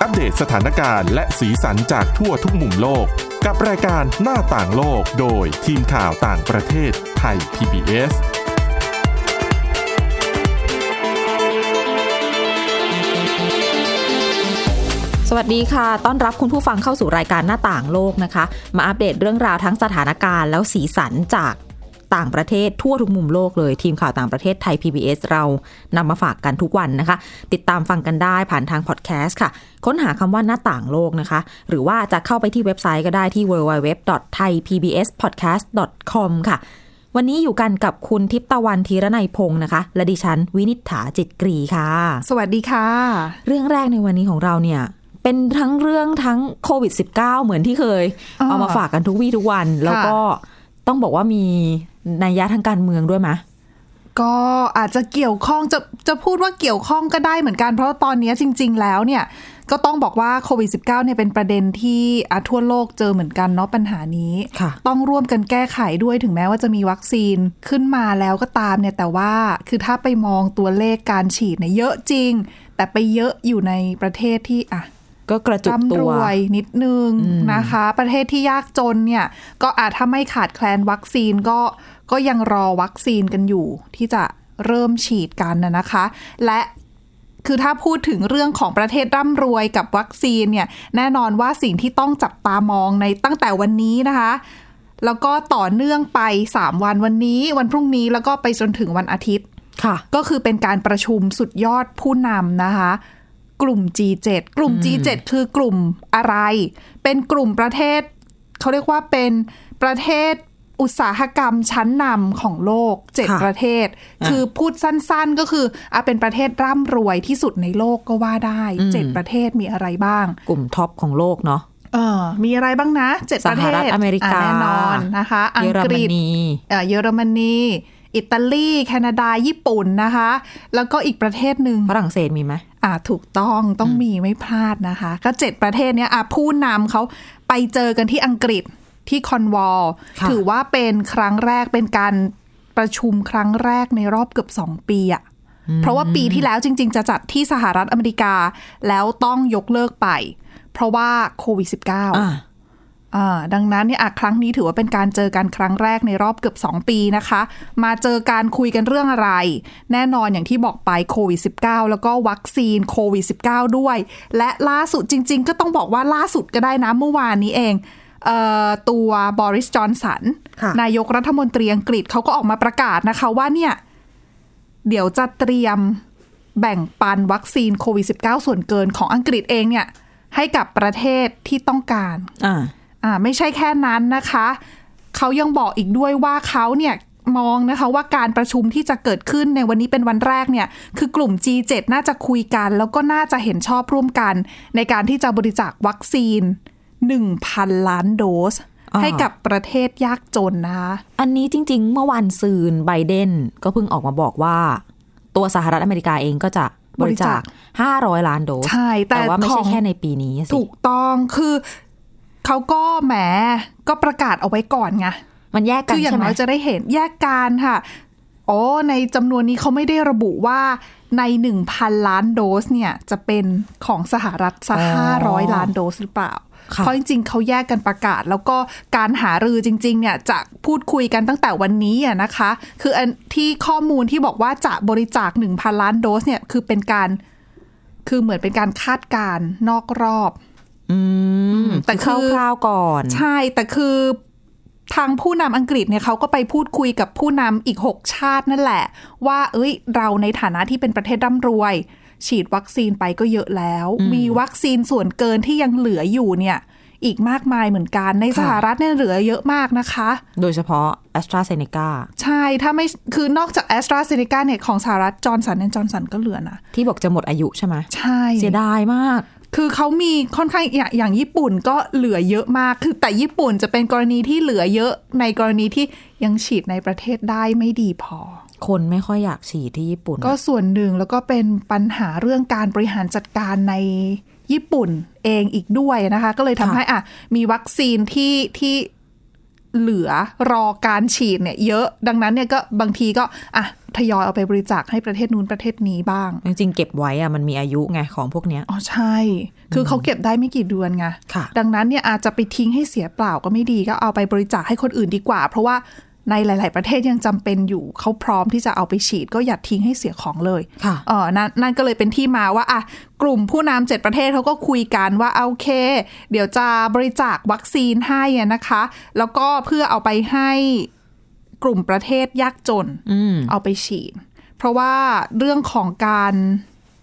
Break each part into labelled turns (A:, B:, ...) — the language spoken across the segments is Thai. A: อัปเดตสถานการณ์และสีสันจากทั่วทุกมุมโลก กับรายการหน้าต่างโลกโดยทีมข่าวต่างประเทศไทย PBS
B: สวัสดีค่ะ ต้อนรับคุณผู้ฟังเข้าสู่รายการหน้าต่างโลกนะคะ มาอัปเดตเรื่องราวทั้งสถานการณ์แล้วสีสันจากต่างประเทศทั่วทุกมุมโลกเลย ทีมข่าวต่างประเทศไทย PBS เรานำมาฝากกันทุกวันนะคะ ติดตามฟังกันได้ผ่านทางพอดแคสต์ค่ะ ค้นหาคำว่าหน้าต่างโลกนะคะ หรือว่าจะเข้าไปที่เว็บไซต์ก็ได้ที่ www.thaipbspodcast.com ค่ะ วันนี้อยู่กันกับคุณทิพย์ตะวันธีรนัยพงศ์นะคะ และดิฉันวินิษฐาจิตกรีค่ะ
C: สวัสดีค่ะ
B: เรื่องแรกในวันนี้ของเราเนี่ย เป็นทั้งเรื่องทั้งโควิด -19 เหมือนที่เคย
C: อ่า
B: เอามาฝากกันทุกวี่ทุกวัน แล้วก็ต้องบอกว่ามีนัยยะทางการเมืองด้วยไหมะ
C: ก็อาจจะเกี่ยวข้องจะจะพูดว่าเกี่ยวข้องก็ได้เหมือนกัน เพราะว่าตอนนี้จริง ๆ แล้วเนี่ยก็ต้องบอกว่าโควิด -19 เนี่ยเป็นประเด็นที่อ่ะทั่วโลกเจอเหมือนกันเนาะปัญหานี้
B: ค่ะ
C: ต้องร่วมกันแก้ไขด้วยถึงแม้ว่าจะมีวัคซีนขึ้นมาแล้วก็ตามเนี่ยแต่ว่าคือถ้าไปมองตัวเลขการฉีดเนี่ยเยอะจริง แต่ไปเยอะอยู่ในประเทศที่อ่ะ
B: ก็กระจุกตั
C: ร่ำร
B: ว
C: วยนิดนึงนะคะ ประเทศที่ยากจนเนี่ย ก็อาจถ้าไม่ขาดแคลนวัคซีนก็ก็ยังรอวัคซีนกันอยู่ ที่จะเริ่มฉีดกันนะนะคะ และคือถ้าพูดถึงเรื่องของประเทศร่ำรวยกับวัคซีนเนี่ย แน่นอนว่าสิ่งที่ต้องจับตามองในตั้งแต่วันนี้นะคะ แล้วก็ต่อเนื่องไป 3 วันวันนี้ วันพรุ่งนี้แล้วก็ไปจนถึงวันอาทิตย์
B: ค่ะ
C: ก็คือเป็นการประชุมสุดยอดผู้นำนะคะ กลุ่ม G7 กลุ่ม G7 คือกลุ่มอะไร เป็นกลุ่มประเทศ เขาเรียกว่าเป็นประเทศอุตสาหกรรมชั้นนำของโลก
B: ค่ะ
C: 7 ประเทศ
B: อ่ะ
C: คือพูดสั้นๆก็คืออ่ะเป็นประเทศร่ำรวยที่สุดในโลกก็ว่าได้ 7 ประเทศมีอะไรบ้าง
B: กลุ่มท็อปของโลกเนาะ
C: เออมีอะไรบ้างนะ 7 ประเทศ
B: สหรัฐอเมริกา
C: ะแน่นอนนะคะ อั
B: เย
C: ง
B: อร
C: ก
B: ม
C: ฤษ
B: นี
C: เอ่อเยอรมนี อิตาลี แคนาดา ญี่ปุ่นนะคะ แล้วก็อีกประเทศหนึ่ง
B: ฝรั่งเศสมีไหม
C: อ่าถูกต้องต้องมีไม่พลาดนะคะ ก็เจ็ดประเทศเนี้ยอ่ะผู้นำเขาไปเจอกันที่อังกฤษที่คอนวอล
B: ค่ะ
C: ถือว่าเป็นครั้งแรกเป็นการประชุมครั้งแรกในรอบเกือบ 2 ปีอะเพราะว่าปีที่แล้วจริง ๆ จะจัดที่สหรัฐอเมริกา แล้วต้องยกเลิกไป เพราะว่าโควิด -19
B: อ่า
C: อ่าดังนั้นเนี่ยอ่ะครั้งนี้ถือว่าเป็นการเจอกันครั้งแรกในรอบเกือบ 2 ปีนะคะ มาเจอการคุยกันเรื่องอะไร แน่นอนอย่างที่บอกไปโควิด -19 แล้วก็วัคซีนโควิด -19 ด้วย และล่าสุดจริง ๆ ก็ต้องบอกว่าล่าสุดก็ได้นะเมื่อวานนี้เองเอ่อตัวบริสจอนสัน
B: ค่ะ
C: นายกรัฐมนตรีอังกฤษเขาก็ออกมาประกาศนะคะว่าเนี่ย เดี๋ยวจะเตรียมแบ่งปันวัคซีนโควิด -19 ส่วนเกินของอังกฤษเองเนี่ยให้กับประเทศที่ต้องการ
B: อ่า
C: อ่าไม่ใช่แค่นั้นนะคะ เขายังบอกอีกด้วยว่าเขาเนี่ยมองนะคะว่าการประชุมที่จะเกิดขึ้นในวันนี้เป็นวันแรกเนี่ย คือกลุ่ม G7 น่าจะคุยกัน แล้วก็น่าจะเห็นชอบร่วมกัน ในการที่จะบริจาควัคซีน 1,000 ล้านโดส
B: อ่า
C: ให้กับประเทศยากจนนะคะ
B: อันนี้จริง ๆ เมื่อวานซืนไบเดนก็เพิ่งออกมาบอกว่า ตัวสหรัฐอเมริกาเองก็จะบบ
C: ริ
B: ริจา
C: จา
B: ค
C: ค
B: 500 ล้านโดส
C: ใช่แต่
B: ว่าไม่ใช่
C: ของ
B: แค่ในปีนี้สิ
C: ถูกต้องคือเขาก็แหมก็ประกาศเอาไว้ก่อนไง
B: มันแยกกัน
C: คืออย่าง
B: ใช่ไหม
C: น้อยจะได้เห็นแยกการค่ะ โอ้ในจำนวนนี้เขาไม่ได้ระบุว่าใน 1,000 ล้านโดสเนี่ย จะเป็นของสหรัฐสัก
B: อ๋
C: ห้าร้
B: อ
C: อยล้านโดสหรือเปล่า
B: ค่ะ
C: เพราะจริงๆเขาแยกกันประกาศ แล้วก็การหารือจริง ๆ เนี่ย จะพูดคุยกันตั้งแต่วันนี้อะนะคะ คืออันที่ข้อมูลที่บอกว่าจะบริจาค 1,000 ล้านโดสเนี่ยคือเป็นการคือเหมือนเป็นการคาดการณ์นอกรอบ
B: อืม
C: แต่
B: แต่
C: คือ
B: คร่าวๆก่อน
C: ใช่ แต่คือทางผู้นำอังกฤษเนี่ยเขาก็ไปพูดคุยกับผู้นำอีก 6 ชาตินั่นแหละ ว่า เอ้ย เราในฐานะที่เป็นประเทศร่ำรวย ฉีดวัคซีนไปก็เยอะแล้ว มีวัคซีนส่วนเกินที่ยังเหลืออยู่เนี่ย อีกมากมายเหมือนกันใน
B: ค่ะ
C: สหรัฐเนี่ยเหลือเยอะมากนะคะ
B: โดยเฉพาะแอสตราเซเนกา
C: ใช่ ถ้าไม่คือนอกจากแอสตราเซเนกาเนี่ยของสหรัฐจอร์นสันแอนจอร์นสันก็เหลือนะ
B: ที่บอกจะหมดอายุใช่ไหม
C: ใช่
B: เสียดายมาก
C: คือเขามีค่อนข้างอย่างอย่างญี่ปุ่นก็เหลือเยอะมาก คือแต่ญี่ปุ่นจะเป็นกรณีที่เหลือเยอะในกรณีที่ยังฉีดในประเทศได้ไม่ดีพอ
B: คนไม่ค่อยอยากฉีดที่ญี่ปุ่น
C: ก็ส่วนหนึ่งแล้วก็เป็นปัญหาเรื่องการบริหารจัดการในญี่ปุ่นเองอีกด้วยนะคะ ก็เลย
B: ค่ะ
C: ทำให้อ่ะมีวัคซีนที่ที่ เหลือรอการฉีดเนี่ยเยอะดังนั้นเนี่ยก็บางทีก็อ่ะทยอยเอาไปบริจาคให้ประเทศนู้นประเทศนี้บ้าง
B: จริงๆเก็บไว้อะมันมีอายุไงของพวกเนี้ย
C: อ๋อใช่ คือเขาเก็บได้ไม่กี่เดือนไง
B: ค่ะ
C: ดังนั้นเนี่ยอาจจะไปทิ้งให้เสียเปล่าก็ไม่ดีก็เอาไปบริจาคให้คนอื่นดีกว่า เพราะว่าในหลาย ๆ ประเทศยังจำเป็นอยู่เขาพร้อมที่จะเอาไปฉีดก็อย่าทิ้งให้เสียของเลย
B: ค่ะ
C: เออนั่นนั่นก็เลยเป็นที่มาว่าอ่ะกลุ่มผู้นำเจ็ดประเทศเขาก็คุยกันว่าโอเค เดี๋ยวจะบริจาควัคซีนให้อะนะคะ แล้วก็เพื่อเอาไปให้กลุ่มประเทศยากจน
B: อืม
C: เอาไปฉีด เพราะว่าเรื่องของการ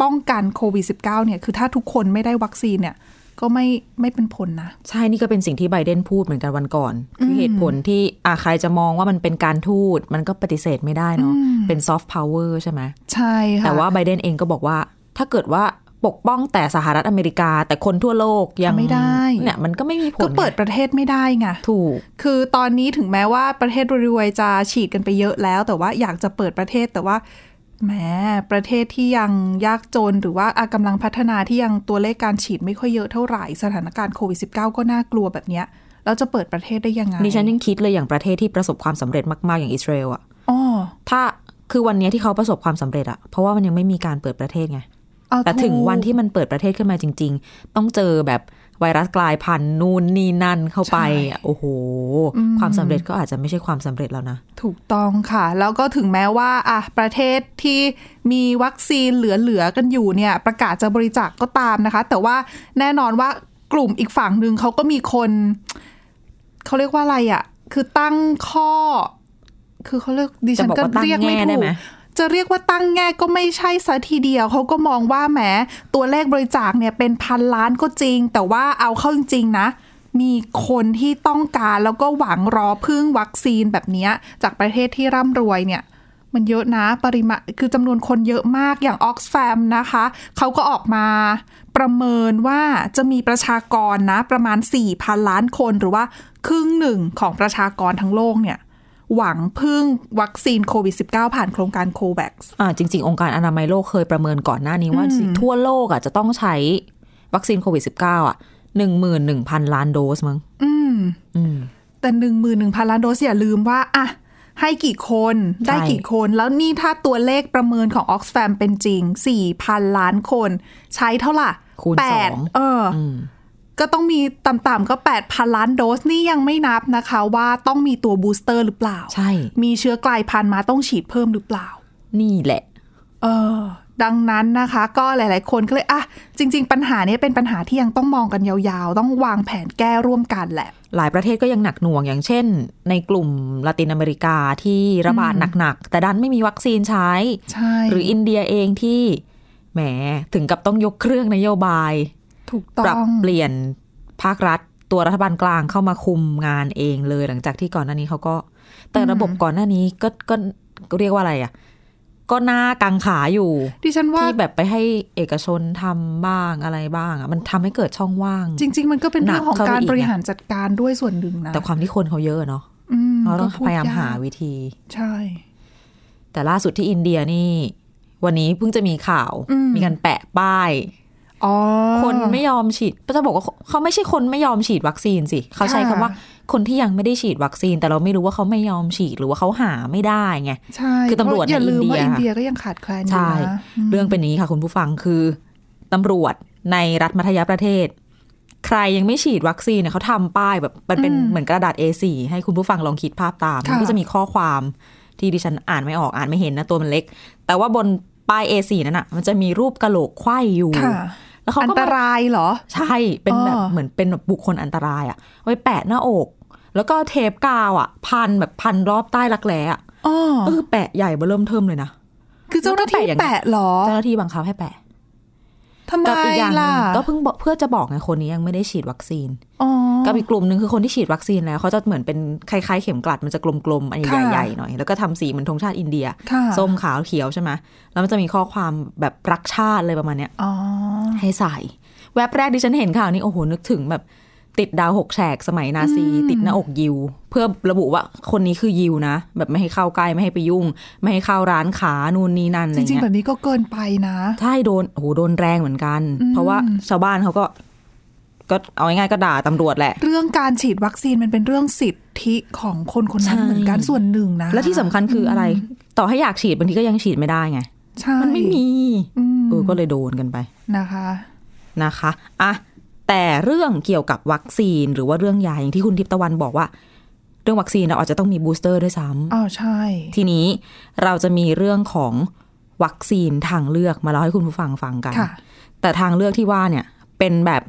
C: ป้องกันโควิด -19 เนี่ยคือถ้าทุกคนไม่ได้วัคซีนเนี่ยก็ไม่ไม่เป็นผลนะ
B: ใช่นี่ก็เป็นสิ่งที่ไบเดนพูดเหมือนกันวันก่อน คือเหตุผลที่อาใครจะมองว่ามันเป็นการทูตมันก็ปฏิเสธไม่ได้เนาะเป็นซอฟต์พาวเวอร์ใช่ไหม
C: ใช่ค่ะ
B: แต่ว่าไบเดนเองก็บอกว่า ถ้าเกิดว่าปกป้องแต่สหรัฐอเมริกา แต่คนทั่วโลกยัง
C: ไม่ได้
B: เนี่ยมันก็ไม่มีผล
C: ก็เปิดประเทศไม่ได้ไง
B: ถูก
C: คือตอนนี้ถึงแม้ว่าประเทศรวยๆจะฉีดกันไปเยอะแล้ว แต่ว่าอยากจะเปิดประเทศแต่ว่าแหมประเทศที่ยังยากจนหรือว่าอ่ะกำลังพัฒนาที่ยังตัวเลขการฉีดไม่ค่อยเยอะเท่าไหร่สถานการณ์โควิด -19 ก็น่ากลัวแบบเนี้ยแล้วจะเปิดประเทศได้ยังไง
B: ดิฉันยังคิดเลยอย่างประเทศที่ประสบความสำเร็จมาก ๆ อย่างอิสราเอลอะ
C: อ๋อ
B: ถ้าคือวันเนี้ยที่เขาประสบความสำเร็จอะเพราะว่ามันยังไม่มีการเปิดประเทศไง
C: เอา
B: แต่ถึงวันที่มันเปิดประเทศขึ้นมาจริง ๆ ต้องเจอแบบไวรัสกลายพันธุ์นู่นนี่นั่นเข้าไปอะโอ้โห ความสำเร็จก็อาจจะไม่ใช่ความสำเร็จแล้วนะ
C: ถูกต้องค่ะ แล้วก็ถึงแม้ว่าอ่ะประเทศที่มีวัคซีนเหลือๆกันอยู่เนี่ย ประกาศจะบริจาคก็ตามนะคะ แต่ว่าแน่นอนว่ากลุ่มอีกฝั่งหนึ่งเขาก็มีคน เขาเรียกว่าอะไรอะ่ะ คือตั้งข้อ คือเขาเรียกดิฉั
B: จะ
C: น
B: บอก
C: ก็
B: ว่าตั้ง
C: เรียกไม่
B: แง่ได้
C: ถูก
B: ไหม
C: จะเรียกว่าตั้งแง่ก็ไม่ใช่ซะทีเดียว เขาก็มองว่าแหมตัวเลขบริจาคเนี่ยเป็นพันล้านก็จริง แต่ว่าเอาเข้าจริงๆนะ มีคนที่ต้องการแล้วก็หวังรอพึ่งวัคซีนแบบเนี้ยจากประเทศที่ร่ำรวยเนี่ย มันเยอะนะปริมาณคือจำนวนคนเยอะมากอย่าง Oxfam นะคะ เขาก็ออกมาประเมินว่าจะมีประชากรนะ ประมาณ 4,000 ล้านคนหรือว่าครึ่งหนึ่งของประชากรทั้งโลกเนี่ย หวังพึ่งวัคซีนโควิด -19 ผ่านโครงการโควัค
B: อ่าจริง ๆ องค์การอนามัยโลกเคยประเมินก่อนหน้านี้ว่าทั่วโลกอ่ะจะต้องใช้วัคซีนโควิด -19 อ่ะหนึ่งหมื่นหนึ่งพันล้านโดสมั้งอืม
C: แต่หนึ่งมือหนึ่งพันล้านโดสอย่าลืมว่าอะให้กี่คนได้
B: ใช่
C: กี่คน แล้วนี่ถ้าตัวเลขประเมินของ Oxfam เป็นจริง 4,000 ล้านคน ใช้เท่าไหร่
B: คูณ
C: แป
B: สอ
C: ด
B: ง
C: เอออ
B: อืม
C: ก็ต้องมีต่ำๆก็ 8,000 ล้านโดสนี่ยังไม่นับนะคะว่าต้องมีตัวบูสเตอร์หรือเปล่า
B: ใช่
C: มีเชื้อกลายพันธุ์มาต้องฉีดเพิ่มหรือเปล่า
B: นี่แหละ
C: เออดังนั้นนะคะก็หลาย ๆ คนก็เลยอ่ะจริง ๆ ปัญหาเนี้ยเป็นปัญหาที่ยังต้องมองกันยาวๆ ต้องวางแผนแก้ร่วมกันแหละ
B: หลายประเทศก็ยังหนักหน่วงอย่างเช่น ในกลุ่มละตินอเมริกาที่ระบาดหนัก ๆ แต่ดันไม่มีวัคซีนใช้
C: ใช่
B: หรืออินเดียเองที่แหมถึงกับต้องยกเครื่องนโยบาย
C: ถูกต้
B: ปรับ
C: อง
B: เปลี่ยนภาครัฐ ตัวรัฐบาลกลางเข้ามาคุมงานเองเลยหลังจากที่ก่อนหน้านี้เขาก็ แต่ระบบก่อนหน้านี้ก็ก็ก็เรียกว่าอะไรอ่ะ ก็หน้ากังขาอยู่
C: ดิฉันว่า
B: ที่แบบไปให้เอกชนทำบ้างอะไรบ้างอ่ะมันทำให้เกิดช่องว่าง
C: จริง ๆ มันก็เป็นเรื่องของ
B: หนักเข้าไป
C: การ
B: อีก
C: บริหารจัดการด้วยส่วนหนึ่งนะ
B: แต่ความที่คนเขาเยอะเนาะ
C: อืม
B: เขาต้อง
C: ก็พูด
B: พยายามหาก วิธี
C: ใช่
B: แต่ล่าสุดที่อินเดียนี่ วันนี้เพิ่งจะมีข่าว
C: อืม
B: มีการแปะป้าย
C: อ๋อ
B: คนไม่ยอมฉีดจะบอกว่าเขาไม่ใช่คนไม่ยอมฉีดวัคซีนสิ เขาใช้คำ
C: ค่ะ
B: ว่าคนที่ยังไม่ได้ฉีดวัคซีน แต่เราไม่รู้ว่าเขาไม่ยอมฉีดหรือว่าเขาหาไม่ได้ไง
C: ใช่
B: คือตำรวจ
C: เพาะอย่าลืม
B: ใน
C: ว่า
B: อิ
C: อิน
B: นเดี
C: เดีย
B: ย
C: ก็ยังขาดแคลนอยู่
B: ใช่
C: นะอืม
B: เรื่องเป็นอย่างนี้ค่ะคุณผู้ฟังคือตำรวจในรัฐมัธยประเทศ ใครยังไม่ฉีดวัคซีนเนี่ยเขาทำป้ายแบบมันเป็นเหมือนกระดาษ A4 ให้คุณผู้ฟังลองคิดภาพตามมันก็จะมีข้อความที่ดิฉันอ่านไม่ออกอ่านไม่เห็นนะตัวมันเล็ก แต่ว่าบนป้าย A4 นั่นน่ะมันจะมีรูปกะโหลกไขว้อยู่
C: ค่ะ
B: แล้วเขา
C: อัน
B: ก็
C: ต
B: มา
C: รายเหรอ
B: ใช่ เป็นแบบ
C: อ๋อ
B: เหมือนเป็นแบบบุคคลอันตรายอะไว้แปะหน้าอก แล้วก็เทปกาวอะพันแบบพันรอบใต้รักแร้อะ
C: อ๋อ
B: ก็คือแปะใหญ่เบอร์เริ่มเทิมเลยนะ
C: คือเจ้าหน้าที่
B: แล้วก็แปะอย่างเงี้ย
C: แปะเหรอ
B: เจ้าหน้าที่บังคับให้แปะ
C: ทำไม
B: กัอีกอย่างหนึ่
C: ล่ะ
B: งก็เพิ่งบอกเพื่อจะบอกไงคนนี้ยังไม่ได้ฉีดวัคซีน
C: อ๋อ
B: กับอีกกลุ่มหนึ่งคือคนที่ฉีดวัคซีนแล้วเขาจะเหมือนเป็นคล้ายๆเข็มกลัดมันจะกลมๆอัน
C: ค่ะ
B: ใหญ่ๆหน่อย แล้วก็ทำสีเหมือนธงชาติอินเดีย
C: ค่ะ
B: ส้มขาวเขียวใช่ไหมแล้วมันจะมีข้อความแบบรักชาติอะไรประมาณเนี้ย
C: อ๋อ
B: ให้ใส่ แว็บแรกดิฉันเห็นข่าวนี้โอ้โห นึกถึงแบบติดดาวหกแฉกสมัยนาซี ติดหน้าอกยิว เพื่อระบุว่าคนนี้คือยิวนะ แบบไม่ให้เข้าใกล้ ไม่ให้ไปยุ่ง ไม่ให้เข้าร้านขานู่นนี่นั่นอะ
C: จ
B: ไร
C: ริง ๆ
B: เงี้
C: แบ
B: ย
C: บนี้ก็เกินไปนะ
B: ใช่โดนโอ้โหโดนแรงเหมือนกัน เพราะว่าชาวบ้านเขาก็ ก็เอาง่ายๆก็ด่าตำรวจแหละ
C: เรื่องการฉีดวัคซีนมันเป็นเรื่องสิทธิของคนคนนั้น
B: ใช่
C: เหมือนกันส่วนหนึ่งนะ
B: และที่สำคัญคืออะไร ต่อให้อยากฉีดบางทีก็ยังฉีดไม่ได้ไง
C: ใช่
B: มันไม่มี
C: อืม
B: เออก็เลยโดนกันไป
C: นะคะ
B: นะคะอ่ะแต่เรื่องเกี่ยวกับวัคซีนหรือว่าเรื่องยาอย่างที่คุณทิพย์ตะวันบอกว่า เรื่องวัคซีนเราอาจจะต้องมีบูสเตอร์ด้วยซ้ำ
C: อ้าวใช่
B: ทีนี้เราจะมีเรื่องของวัคซีนทางเลือกมาเล่าให้คุณผู้ฟังฟังกัน
C: ค่ะ
B: แต่ทางเลือกที่ว่าเนี่ยเป็นแบบ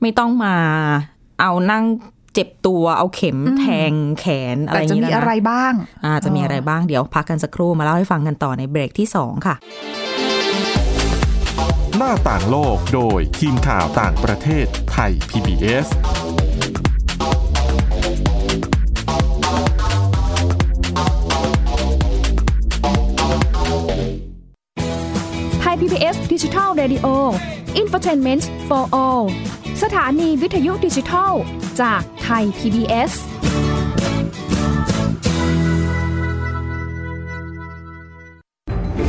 B: ไม่ต้องมาเอานั่งเจ็บตัวเอาเข็มแทงแขนอะไร
C: แต่
B: อย่าง
C: จะ
B: นี้
C: มี
B: แล้ว
C: อะไร
B: นะ
C: บ้าง
B: อาจะมีอะไรบ้างเดี๋ยวพักกันสักครู่มาเล่าให้ฟังกันต่อในเบรกที่ 2 ค่ะ
A: หน้าต่างโลกโดยทีมข่าวต่างประเทศไทย PBS
D: ไทย PBS Digital Radio Infotainment for All สถานีวิทยุดิจิทัล จากไทย PBS
E: แค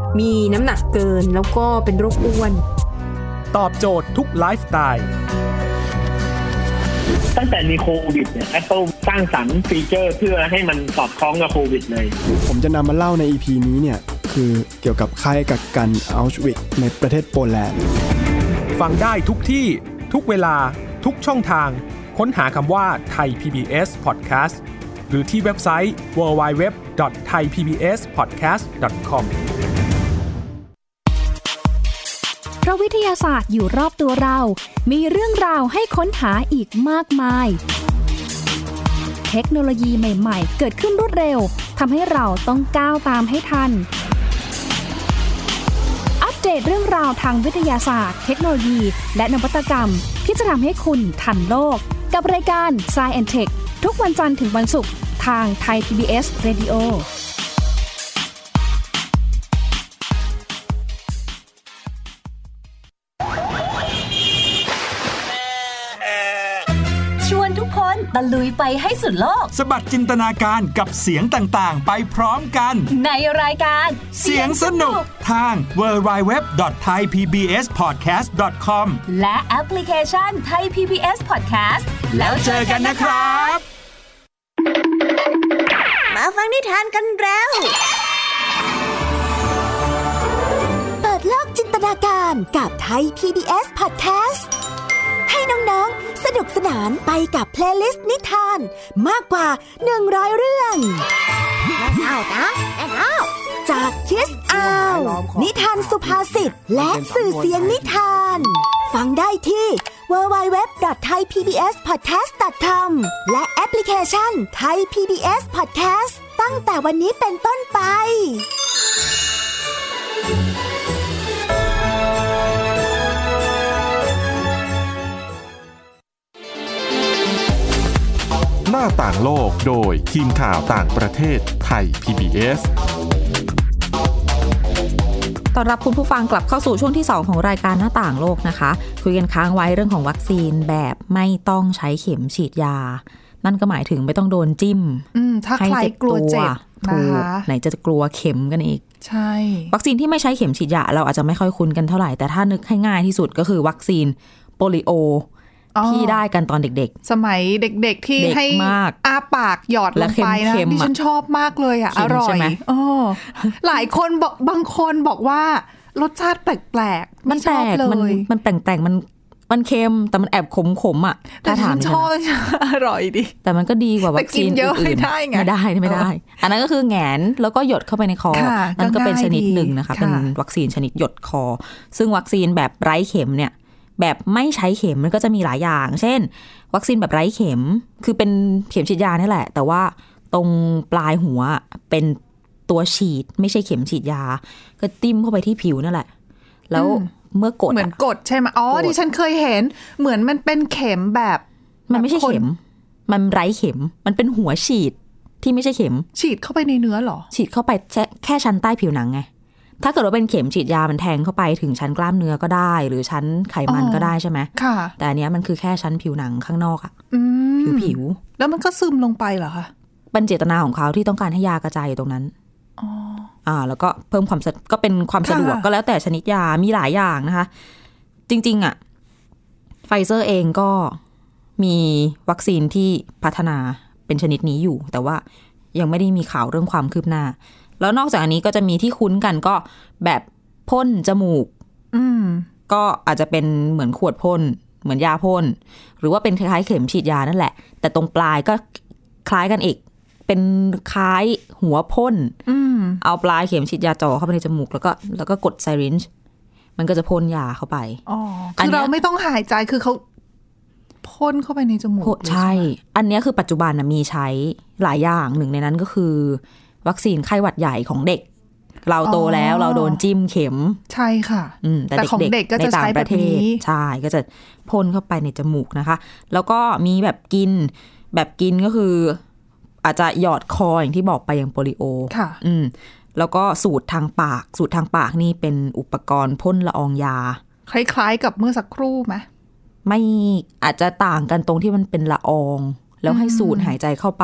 F: มีน้ำหนักเกินแล้วก็เป็นโรคอ้วน
E: ตอบโจทย์ทุกไลฟ์สไตล์
G: ตั้งแต่มีโควิดเนี่ย Apple สร้างสรรค์ฟีเจอร์เพื่อให้มันสอดคล้องกับโควิดเลย
H: ผมจะนำมาเล่าใน EP นี้เนี่ย คือเกี่ยวกับค่ายกักกันอัลชวิกในประเทศโปแลนด์
E: ฟังได้ทุกที่ ทุกเวลา ทุกช่องทาง ค้นหาคำว่าไทย PBS Podcast หรือที่เว็บไซต์ www.thaipbspodcast.com
D: เพราะวิทยาศาสตร์อยู่รอบตัวเรา มีเรื่องราวให้ค้นหาอีกมากมาย เทคโนโลยีใหม่ ๆ เกิดขึ้นรวดเร็ว ทำให้เราต้องก้าวตามให้ทัน อัปเดตเรื่องราวทางวิทยาศาสตร์ เทคโนโลยี และนวัตกรรม ที่จะทำให้คุณทันโลก กับรายการ s c i e n t e c h ทุกวันจันทร์ถึงวันศุกร์ทางไทย PBS Radio
I: ชวนทุกคนตะลุยไปให้สุดโลก
E: สบัดจินตนาการกับเสียงต่างๆ ไปพร้อมกัน
I: ในรายการ
E: เสียงสนุกทาง www.thaipbspodcast.com
I: และแอปพลิเคชันไทย PBS Podcast แล้วเจอกันนะครับ
D: มาฟังนิทานกันแล้ว เปิดโลกจินตนาการกับไทย PBS Podcast ให้น้องๆ สนุกสนานไปกับเพลย์ลิสต์นิทานมากกว่า 100 เรื่องเอานะเอาจากคิสอาวนิทานสุภาษิตและสื่อเสียงนิทาน ฟังได้ที่ www.thaipbspodcast.com และแอปพลิเคชัน Thai PBS Podcast ตั้งแต่วันนี้เป็นต้นไป
A: หน้าต่างโลกโดยทีมข่าวต่างประเทศไทย PBS
B: ตอนรับคุณผู้ฟังกลับเข้าสู่ช่วงที่ 2 ของรายการหน้าต่างโลกนะคะ คุยกันค้างไว้เรื่องของวัคซีนแบบไม่ต้องใช้เข็มฉีดยา นั่นก็หมายถึงไม่ต้องโดนจิ้ม
C: อืม ถ้า
B: ให้
C: ใคร
B: เจ็บ
C: กลัว
B: ตัว
C: เจ็บนะ
B: ถูก
C: คะ
B: ไหนจะกลัวเข็มกันอีก
C: ใช่
B: วัคซีนที่ไม่ใช้เข็มฉีดยาเราอาจจะไม่ค่อยคุ้นกันเท่าไหร่ แต่ถ้านึกให้ง่ายที่สุดก็คือวัคซีนโปลิโอ
C: อ๋อ
B: ที่ได้กันตอนเด็ก
C: สมัยเด็กๆที่
B: เด็ก
C: ให้
B: มาก
C: อาปากหยอดล
B: และ
C: ง
B: เค็ม
C: ไปนะ
B: เค็ม
C: ดิ
B: อะ
C: ฉันชอบมากเลยอ่ะ
B: เค็
C: อ
B: ม
C: ร่อ
B: ใช่
C: ย
B: ไหม
C: โอ้หลายคนบอกบางคนบอกว่ารสชาติแปลกๆ
B: ๆ มัน
C: ไช
B: แปล
C: อ
B: ก
C: บเล
B: มัน
C: ย
B: มันแปลกๆมันมันเค็มแต่มันแอบขมขมๆอ่ะ
C: แต่
B: ถ้าถา
C: ฉั
B: มดิ
C: นช
B: ฉัน
C: อบ
B: นะ
C: อร่อยดี
B: แต่มันก็ดีกว่าวัคซีน
C: แต่กินเยอะ
B: อื่น
C: ไม่ได้ไง
B: ไม่ได้ไม่ได้ อันนั้นก็คือแหงนแล้วก็หยดเข้าไปในคอ
C: ค่ะ
B: นั่นก็เป็น
C: ก็ง่าย
B: ชนิด
C: ดี
B: หนึ่งนะคะ
C: ค่ะ
B: เป็นวัคซีนชนิดหยดคอ ซึ่งวัคซีนแบบไร้เข็มเนี่ย แบบไม่ใช้เข็มมันก็จะมีหลายอย่าง เช่น วัคซีนแบบไร้เข็ม คือเป็นเข็มฉีดยานี่แหละ แต่ว่าตรงปลายหัวเป็นตัวฉีด ไม่ใช่เข็มฉีดยา ก็ติ้มเข้าไปที่ผิวนั่นแหละ แล้ว เมื่อกด
C: เหมือนกดใช่ไหมอ๋อดิฉันเคยเห็น เหมือนมันเป็นเข็มแบบ
B: มันไม่ใช่เข็ม มันไร้เข็ม มันเป็นหัวฉีดที่ไม่ใช่เข็ม
C: ฉีดเข้าไปในเนื้อหรอ
B: ฉีดเข้าไปแค่แค่ชั้นใต้ผิวหนังไง ถ้าเกิดว่าเป็นเข็มฉีดยามันแทงเข้าไปถึงชั้นกล้ามเนื้อก็ได้ หรือชั้นไขมัน
C: อ๋อ
B: ก็ได้ใช่ไหม
C: ค่ะ
B: แต่อันเนี้ยมันคือแค่ชั้นผิวหนังข้างนอกอะ
C: อืม
B: ผิวผิว
C: แล้วมันก็ซึมลงไปเหรอคะ
B: เป็นเจตนาของเขาที่ต้องการให้ยากระจายอยู่ตรงนั้น อ่า แล้วก็เพิ่มความสะก็เป็นความสะดวก
C: ค่ะ
B: ก็แล้วแต่ชนิดยามีหลายอย่างนะคะ จริง ๆ อ่ะไฟเซอร์เองก็มีวัคซีนที่พัฒนาเป็นชนิดนี้อยู่ แต่ว่ายังไม่ได้มีข่าวเรื่องความคืบหน้า แล้วนอกจากอันนี้ก็จะมีที่คุ้นกันก็แบบพ่นจมูก
C: อืม
B: ก็อาจจะเป็นเหมือนขวดพ่น เหมือนยาพ่น หรือว่าเป็นคล้ายๆเข็มฉีดยานั่นแหละ แต่ตรงปลายก็คล้ายกันอีก เป็นคล้ายหัวพ่น
C: อืม
B: เอาปลายเข็มฉีดยาจ่อเข้าไปในจมูกแล้วก็แล้วก็กดไซรินจ์มันก็จะพ่นยาเข้าไป
C: อ๋อ
B: อัน
C: คื
B: เนี้
C: อย เราไม่ต้องหายใจคือเขาพ่นเข้าไปในจมูก
B: โอ้
C: เลย
B: ใช่ อันเนี้ยคือปัจจุบันนะมีใช้หลายอย่างหนึ่งในนั้นก็คือ วัคซีนไข้หวัดใหญ่ของเด็ก เราโตแล้วเราโดนจิ้มเข็ม
C: ใช่ค่ะ
B: อืมแต่
C: แต่ของเด็
B: เด็
C: ก
B: ก
C: ก็
B: ๆใน
C: จะ
B: ต่า
C: ใช้
B: ง
C: แบ
B: ป
C: บ
B: ระเท
C: นี้
B: ศใช่ก็จะพ่นเข้าไปในจมูกนะคะ แล้วก็มีแบบกินแบบกินก็คือ อาจจะหยอดคออย่างที่บอกไปอย่างโปลิโอ
C: ค่ะ
B: อืมแล้วก็สูตรทางปากสูตรทางปากนี่เป็นอุปกรณ์พ่นละอองยา
C: คล้ายๆกับเมื่อสักครู่ไหม
B: ไม่อาจจะต่างกันตรงที่มันเป็นละออง แล้วให้สูดหายใจเข้าไป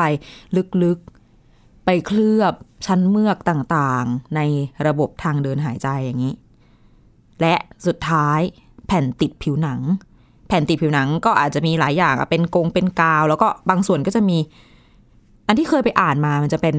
B: ลึกๆ ไปเคลือบชั้นเมือกต่างๆ ในระบบทางเดินหายใจอย่างนี้ และสุดท้ายแผ่นติดผิวหนัง แผ่นติดผิวหนังก็อาจจะมีหลายอย่างอะเป็นกงเป็นกาว แล้วก็บางส่วนก็จะมี อันที่เคยไปอ่านมามันจะเป็น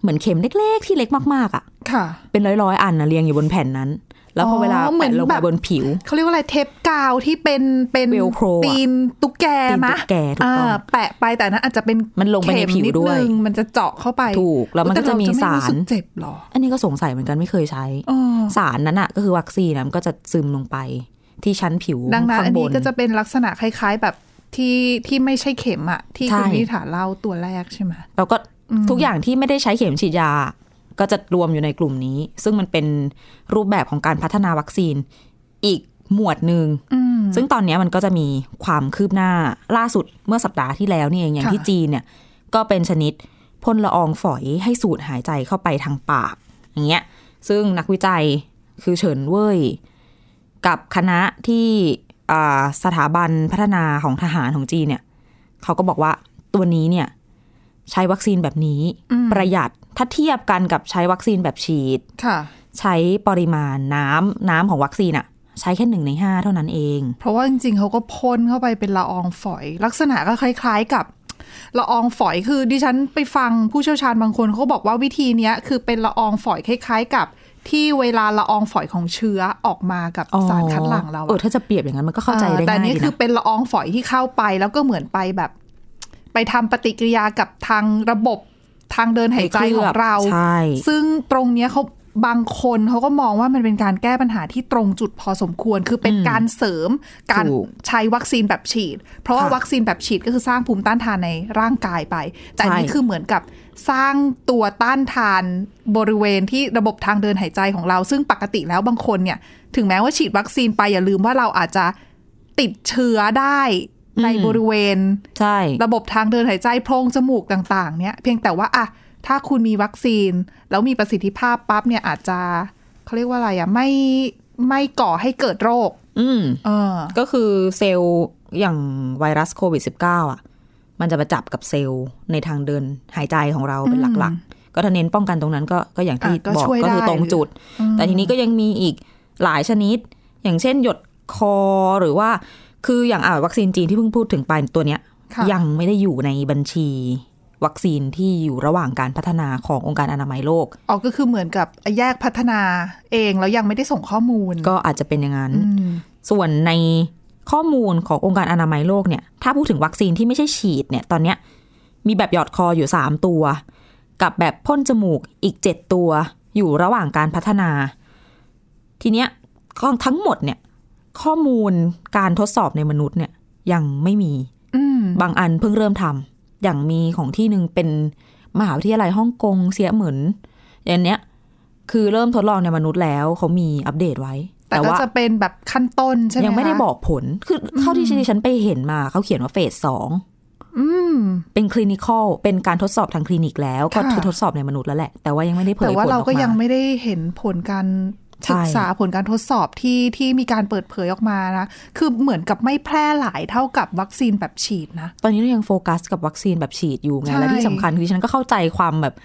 B: เหมือนเข็มเล็กๆ ที่เล็กมากๆอะ
C: ค่ะ
B: เป็นร้อยๆอันนะเรียงอยู่บนแผ่นนั้น แล้วพอเวลา
C: อ๋อเหมือน
B: แปะลงไป
C: แบบ
B: บนผิว
C: เขาเรียกว่าอะไรเทปกาวที่เป็นเป็น
B: เวลโครอะ
C: ตีนตุ๊กแก
B: ตีน
C: มะ
B: ตุ๊กแกถูกต้อง
C: าแปะไปแต่อันนั้นอาจจะเป็น
B: มันลงไปใน
C: เข็
B: ผิว
C: ด
B: ด้วย
C: นึงมันจะเจาะเข้าไป
B: ถูกแล้วมันก็
C: อุ๊ยต่
B: จะมี
C: เรไ
B: สาร
C: สึกเจ็บหรอ
B: อันนี้ก็สงสัยเหมือนกันไม่เคยใช้
C: อ๋อ
B: สารนั้นอะก็คือวัคซีนนะมันก็จะซึมลงไปที่ชั้นผิว
C: ดังนั้น
B: ข้า
C: อัน
B: งบ
C: นี้
B: น
C: ก็จะเป็นลักษณะคล้าย ๆ แบบที่ที่ไม่ใช่เข็มอะที่
B: ใช่
C: คุณนิถาเล่าตัวแรกใช่ไหม
B: เราก็
C: อืม
B: ทุกอย่างที่ไม่ได้ใช้เข็มฉีดยา ก็จะรวมอยู่ในกลุ่มนี้ ซึ่งมันเป็นรูปแบบของการพัฒนาวัคซีนอีกหมวดหนึ่ง
C: อืม
B: ซึ่งตอนเนี้ยมันก็จะมีความคืบหน้าล่าสุดเมื่อสัปดาห์ที่แล้วนี่เองอย่าง
C: ค่ะ
B: ที่จีนเนี่ย ก็เป็นชนิดพ่นละอองฝอยให้สูดหายใจเข้าไปทางปาก อย่างเงี้ย ซึ่งนักวิจัยคือเฉินเว่ยกับคณะที่อ่าสถาบันพัฒนาของทหารของจีนเนี่ยเขาก็บอกว่าตัวนี้เนี่ย ใช้วัคซีนแบบนี้ประหยัดถ้าเทียบกันกับใช้วัคซีนแบบฉีด
C: ค่ะ
B: ใช้ปริมาณน้ำน้ำของวัคซีนอะใช้แค่หนึ่งในห้าเท่านั้นเอง
C: เพราะว่าจริงๆเขาก็พ่นเข้าไปเป็นละอองฝอย ลักษณะก็คล้ายๆกับ ละอองฝอยคือดิฉันไปฟังผู้เชี่ยวชาญบางคนเขาบอกว่าวิธีเนี้ยคือเป็นละอองฝอยคล้าย ๆ กับ ที่เวลาละอองฝอยของเชื้อออกมากับสารคัดหลั่งเรา
B: เออถ้าจะเปรียบอย่างนั้นมันก็เข้าใจได้
C: แต่
B: ง่าย
C: นี่
B: ดี
C: คือ
B: นะ
C: เป็นละอองฝอยที่เข้าไปแล้วก็เหมือนไปแบบ ไปทำปฏิกิริยากับทางระบบทางเดินหายใจของเรา
B: ใช่
C: ซึ่งตรงเนี้ยเขาบางคนเขาก็มองว่ามันเป็นการแก้ปัญหาที่ตรงจุดพอสมควร คือเป็นการเสริมการ
B: ถูก
C: ใช้วัคซีนแบบฉีด เพราะว่า
B: ค่ะ
C: วัคซีนแบบฉีดก็คือสร้างภูมิต้านทานในร่างกายไป แต่อันนี้
B: ใช่
C: คือเหมือนกับสร้างตัวต้านทานบริเวณที่ระบบทางเดินหายใจของเรา ซึ่งปกติแล้วบางคนเนี่ย ถึงแม้ว่าฉีดวัคซีนไปอย่าลืมว่าเราอาจจะติดเชื้อได้ในบริเวณ
B: ใช่
C: ระบบทางเดินหายใจโพรงจมูกต่างๆ เนี่ย เพียงแต่ว่าอะถ้าคุณมีวัคซีน แล้วมีประสิทธิภาพปั๊บเนี่ยอาจจะเขาเรียกว่าอะไรอะไม่ไม่ก่อให้เกิดโรค
B: อืม
C: เออ
B: ก็คือเซลล์อย่างไวรัสโควิด -19 อ่ะ มันจะมาจับกับเซลล์ในทางเดินหายใจของเราเป็นหลักๆ ก็ถ้าเน้นป้องกันตรงนั้นก็ก็อย่างที่
C: อ่ะก็
B: บอก
C: ช่วย
B: ก็คือ
C: ได้
B: ตรงจุด
C: อืม
B: แต่ทีนี้ก็ยังมีอีกหลายชนิด อย่างเช่นหยดคอหรือว่าคืออย่างอ่าวัคซีนจีนที่เพิ่งพูดถึงไปตัวเนี้ย
C: ค่ะ
B: ยังไม่ได้อยู่ในบัญชี วัคซีนที่อยู่ระหว่างการพัฒนาขององค์การอนามัยโลก
C: ออกก็คือเหมือนกับแยกพัฒนาเองแล้วยังไม่ได้ส่งข้อมูล
B: ก็อาจจะเป็นอย่างนั้น
C: อืม
B: ส่วนในข้อมูลขององค์การอนามัยโลกเนี่ย ถ้าพูดถึงวัคซีนที่ไม่ใช่ฉีดเนี่ย ตอนเนี้ยมีแบบหยอดคออยู่ 3 ตัว กับแบบพ่นจมูกอีก 7 ตัว อยู่ระหว่างการพัฒนา ทีเนี้ยของทั้งหมดเนี่ย ข้อมูลการทดสอบในมนุษย์เนี่ย ยังไม่มี
C: อืม
B: บางอันเพิ่งเริ่มทำอย่างมีของที่หนึ่งเป็นมหาวิทยาลัยฮ่องกงเสียเหมือนอย่างเนี้ย คือเริ่มทดลองในมนุษย์แล้วเขามีอัปเดตไว้
C: แต่ก็จะเป็นแบบขั้นต้นใช่ไหม
B: ยังไม่ได้บอกผล คือเท่าที่ดิฉันไปเห็นมาเขาเขียนว่าเฟสสองเป็นคลินิคอลเป็นการทดสอบทางคลินิกแล้ว ก็
C: ค่ะ
B: คือทดสอบในมนุษย์แล้วแหละ แต่ว่ายังไม่ได้เผยผลอ
C: แต่
B: อกมา
C: ว่าเราก็ยังไม่ได้เห็นผลการศึก
B: ใช่
C: ษาผลการทดสอบที่ที่มีการเปิดเผยออกมานะ คือเหมือนกับไม่แพร่หลายเท่ากับวัคซีนแบบฉีดนะ
B: ตอนนี้เรายังโฟกัสกับวัคซีนแบบฉีดอยู่ไง
C: ใช่
B: และที่สำคัญคือดิฉันก็เข้าใจความแบบ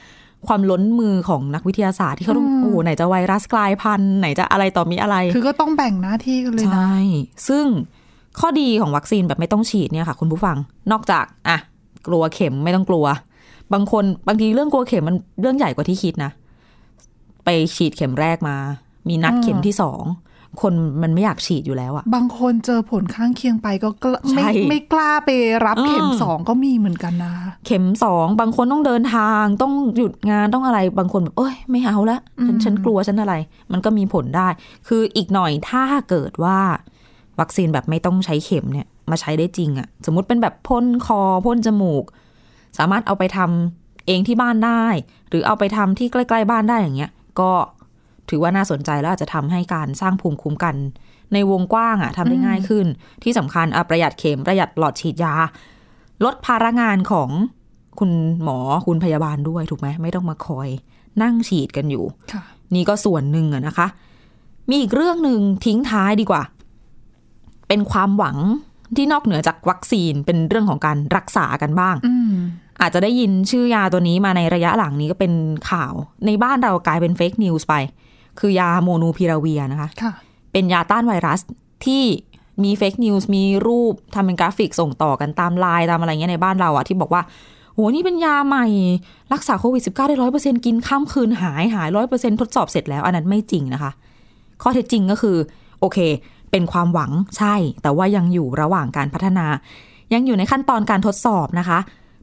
B: ความล้นมือของนักวิทยาศาสตร์ที่เขาต้อง
C: อืม
B: โอ้โหไหนจะไวรัสกลายพันธุ์ไหนจะอะไรต่อมีอะไร
C: คือก็ต้องแบ่งหน้าที่กันเลยนะ
B: ใช่ ซึ่งข้อดีของวัคซีนแบบไม่ต้องฉีดเนี่ยค่ะ คุณผู้ฟัง นอกจากอ่ะกลัวเข็มไม่ต้องกลัว บางคนบางทีเรื่องกลัวเข็มมันเรื่องใหญ่กว่าที่คิดนะ ไปฉีดเข็มแรกมา มีนัด
C: อืม
B: เข็มที่สอง คนมันไม่อยากฉีดอยู่แล้วอะ
C: บางคนเจอผลข้างเคียงไปก็กล้าไม่
B: ใช่
C: ไม่กล้าไปรับ
B: อืม
C: เข็มสองก็มีเหมือนกันนะ
B: เข็มสองบางคนต้องเดินทางต้องหยุดงานต้องอะไรบางคนแบบโอ้ยไม่เอาละฉันฉันกลัวฉันอะไร มันก็มีผลได้ คืออีกหน่อยถ้าเกิดว่า วัคซีนแบบไม่ต้องใช้เข็มเนี่ยมาใช้ได้จริงอะสมมติเป็นแบบพ่นคอพ่นจมูก สามารถเอาไปทำเองที่บ้านได้ หรือเอาไปทำที่ใกล้ ๆ บ้านได้อย่างเงี้ย ก็ถือว่าน่าสนใจแล้วอาจจะทำให้การสร้างภูมิคุ้มกัน ในวงกว้างอะทำได้ง่ายขึ้น ที่สำคัญอะประหยัดเข็มประหยัดหลอดฉีดยา ลดภาระงานของคุณหมอคุณพยาบาลด้วยถูกไหมไม่ต้องมาคอย นั่งฉีดกันอยู่
C: ค่ะ
B: นี่ก็ส่วนหนึ่งอะนะคะ มีอีกเรื่องหนึ่งทิ้งท้ายดีกว่า เป็นความหวังที่นอกเหนือจากวัคซีนเป็นเรื่องของการรักษากันบ้าง
C: อืม
B: อาจจะได้ยินชื่อยาตัวนี้มาในระยะหลังนี้ก็เป็นข่าว ในบ้านเรากลายเป็นเฟกนิวส์ไป คือยาโมนูพิราเวียนะคะ
C: ค่ะ
B: เป็นยาต้านไวรัสที่มีเฟกนิวส์มีรูปทำเป็นกราฟิกส่งต่อกันตามไลน์ตามอะไรเงี้ยในบ้านเราอะที่บอกว่าโหนี่เป็นยาใหม่ รักษาโควิด -19 ได้ร้อยเปอร์เซ็นกินข้ามคืนหายหายร้อยเปอร์เซ็นทดสอบเสร็จแล้ว อันนั้นไม่จริงนะคะ ข้อเท็จจริงก็คือ โอเค เป็นความหวังใช่ แต่ว่ายังอยู่ระหว่างการพัฒนา ยังอยู่ในขั้นตอนการทดสอบนะคะ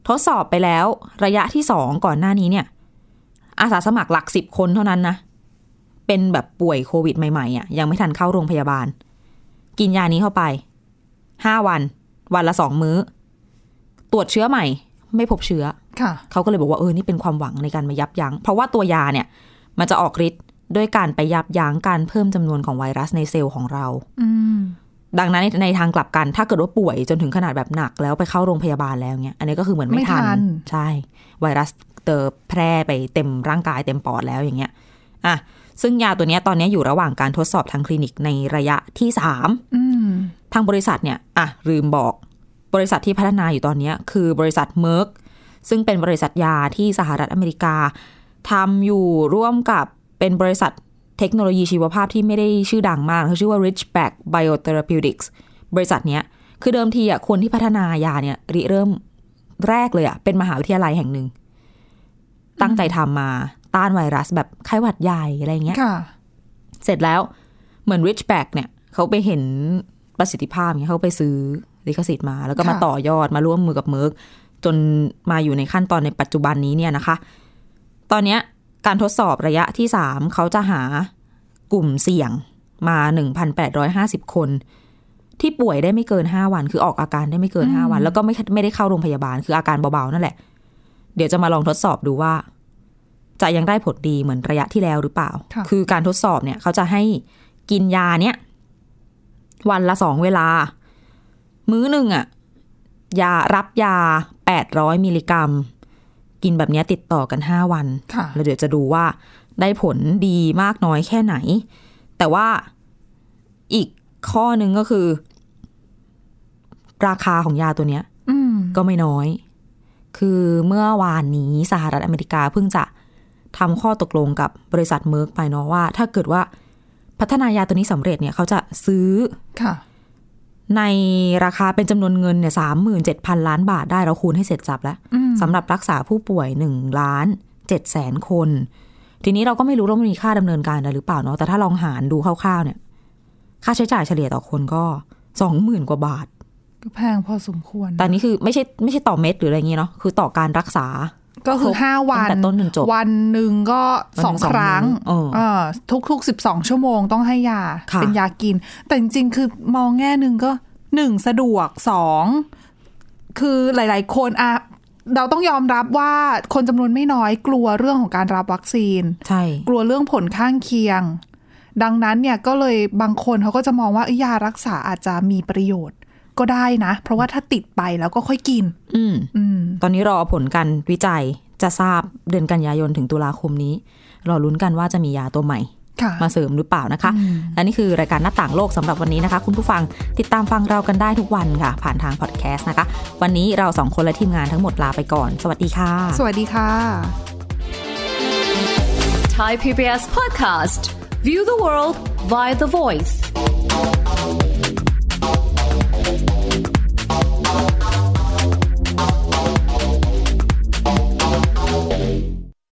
B: ทดสอบไปแล้วระยะที่สองก่อนหน้านี้เนี่ย อาสาสมัครหลักสิบคนเท่านั้นนะ เป็นแบบป่วยโควิดใหม่ๆอ่ะยังไม่ทันเข้าโรงพยาบาล กินยานี้เข้าไปห้าวัน วันละสองมื้อ ตรวจเชื้อใหม่ ไม่พบเชื้อ
C: ค่ะ
B: เขาก็เลยบอกว่าเออนี่เป็นความหวังในการมายับยัง้งเพราะว่าตัวยาเนี่ย มันจะออกฤทธิ์ด้วยการไปยับยั้งการเพิ่มจำนวนของไวรัสในเซลล์ของเรา
C: อืม
B: ดังนั้นในในทางกลับกัน ถ้าเกิดว่าป่วยจนถึงขนาดแบบหนักแล้วไปเข้าโรงพยาบาลแล้วเนี่ยอันนี้ก็คือเหมือนไม่
C: ไม่ทั
B: ทั
C: น
B: น ใช่ ไวรัสเตอแพร่ไปเต็มร่างกายเต็มปอดแล้วอย่างเงี้ยอ่ะซึ่งยาตัวเนี้ยตอนเนี้ยอยู่ระหว่างการทดสอบทางคลินิกในระยะที่สาม
C: อืม
B: ทางบริษัทเนี่ยอ่ะลืมบอก บริษัทที่พัฒนาอยู่ตอนเนี้ยคือบริษัทเมอร์กซึ่งเป็นบริษัทยาที่สหรัฐอเมริกาทำอยู่ร่วมกับเป็นบริษัทเทคโนโลยีชีวภาพที่ไม่ได้ชื่อดังมากเขาชื่อว่า Richback Biotherapeutics บริษัทเนี้ยคือเดิมทีอ่ะคนที่พัฒนายาเนี่ยริเริ่มแรกเลยอ่ะเป็นมหาวิทยาลัยแห่งหนึ่ง ตั้งใจทำมาต้านไวรัสแบบไข้หวัดใหญ่อะไรอย่างเงี้ย
C: ค่ะ
B: เสร็จแล้วเหมือน Richback เนี่ยเขาไปเห็นประสิทธิภาพเนี่ยเขาไปซื้อลิขสิทธิ์มา แล้วก็มา
C: ค่ะ
B: ต่อยอดมาร่วมมือกับเมิร์กจนมาอยู่ในขั้นตอนในปัจจุบันนี้เนี่ยนะคะ ตอนเนี้ยการทดสอบระยะที่ 3 เขาจะหากลุ่มเสี่ยงมา 1,850 คน ที่ป่วยได้ไม่เกิน 5 วัน คือออกอาการได้ไม่เกิน 5 วัน แล้วก็ไม่ไม่ได้เข้าโรงพยาบาลคืออาการเบาๆนั่นแหละ เดี๋ยวจะมาลองทดสอบดูว่า จะยังได้ผลดีเหมือนระยะที่แล้วหรือเปล่า
C: ค่ะ
B: คือการทดสอบเนี่ยเขาจะให้กินยาเนี่ยวันละสองเวลา มื้อหนึ่งอะยารับยา 800 มิลลิกรัม กินแบบเนี้ยติดต่อกัน 5 วัน
C: ค่ะ
B: แล้วเดี๋ยวจะดูว่าได้ผลดีมากน้อยแค่ไหน แต่ว่าอีกข้อหนึ่งก็คือ ราคาของยาตัวเนี้ย
C: อืม
B: ก็ไม่น้อย คือเมื่อวานนี้สหรัฐอเมริกาเพิ่งจะทำข้อตกลงกับบริษัทเม r ร์กไปเนาะว่า ถ้าเกิดว่าพัฒนายาตัวนี้สำเร็จเนี่ยเขาจะซื้อ
C: ค่ะ
B: ในราคาเป็นจำนวนเงินเนี่ยสามหมื่นเจ็ดพันล้านบาทได้เราคูณให้เสร็จสับแล้ว
C: อืม
B: สำหรับรักษาผู้ป่วยหนึ่งล้านเจ็ดแสนคน ทีนี้เราก็ไม่รู้ว่ามันมีค่าดำเนินการอะไรหรือเปล่าเนาะแต่ถ้าลองหารดูคร่าวๆเนี่ย ค่าใช้จ่ายเฉลี่ยต่อคนก็สองหมื่นกว่าบาท
C: ก็แพงพอสมควร
B: แต่อันนี้คือไม่ใช่ไม่ใช่ต่อเม็ดหรืออะไรอย่างงี้เนาะคือต่อการรักษา
C: ก็คือห้าวัน
B: ตั้งแต่ต้นจนจบ
C: วันหนึ่งก็สอ
B: วันหนึ่ง
C: ง
B: สอง
C: ครั้ง
B: มื้อเออ
C: เออทุกๆสิบสองชั่วโมงต้องให้ยา
B: ค่ะ
C: เป็นยากิน แต่จริงๆคือมองแง่หนึ่งก็หนึ่งสะดวกสองคือหลายๆ คนอะเราต้องยอมรับว่าคนจำนวนไม่น้อยกลัวเรื่องของการรับวัคซีน
B: ใช่
C: กลัวเรื่องผลข้างเคียง ดังนั้นเนี่ยก็เลยบางคนเขาก็จะมองว่าเอ้ยยารักษาอาจจะมีประโยชน์ก็ได้นะ เพราะว่าถ้าติดไปแล้วก็ค่อยกิน
B: อืม
C: อืม
B: ตอนนี้รอผลการวิจัยจะทราบเดือนกันยายนถึงตุลาคมนี้ รอลุ้นกันว่าจะมียาตัวใหม่
C: ค่ะ
B: มาเสริมหรือเปล่านะคะ และนี่คือรายการหน้าต่างโลกสำหรับวันนี้นะคะ คุณผู้ฟังติดตามฟังเรากันได้ทุกวันค่ะ ผ่านทางพอดแคสต์นะคะ วันนี้เราสองคนและทีมงานทั้งหมดลาไปก่อน สวัสดีค่ะ
C: สวัสดีค่ะ
I: Thai PBS podcast. View the world via the voice.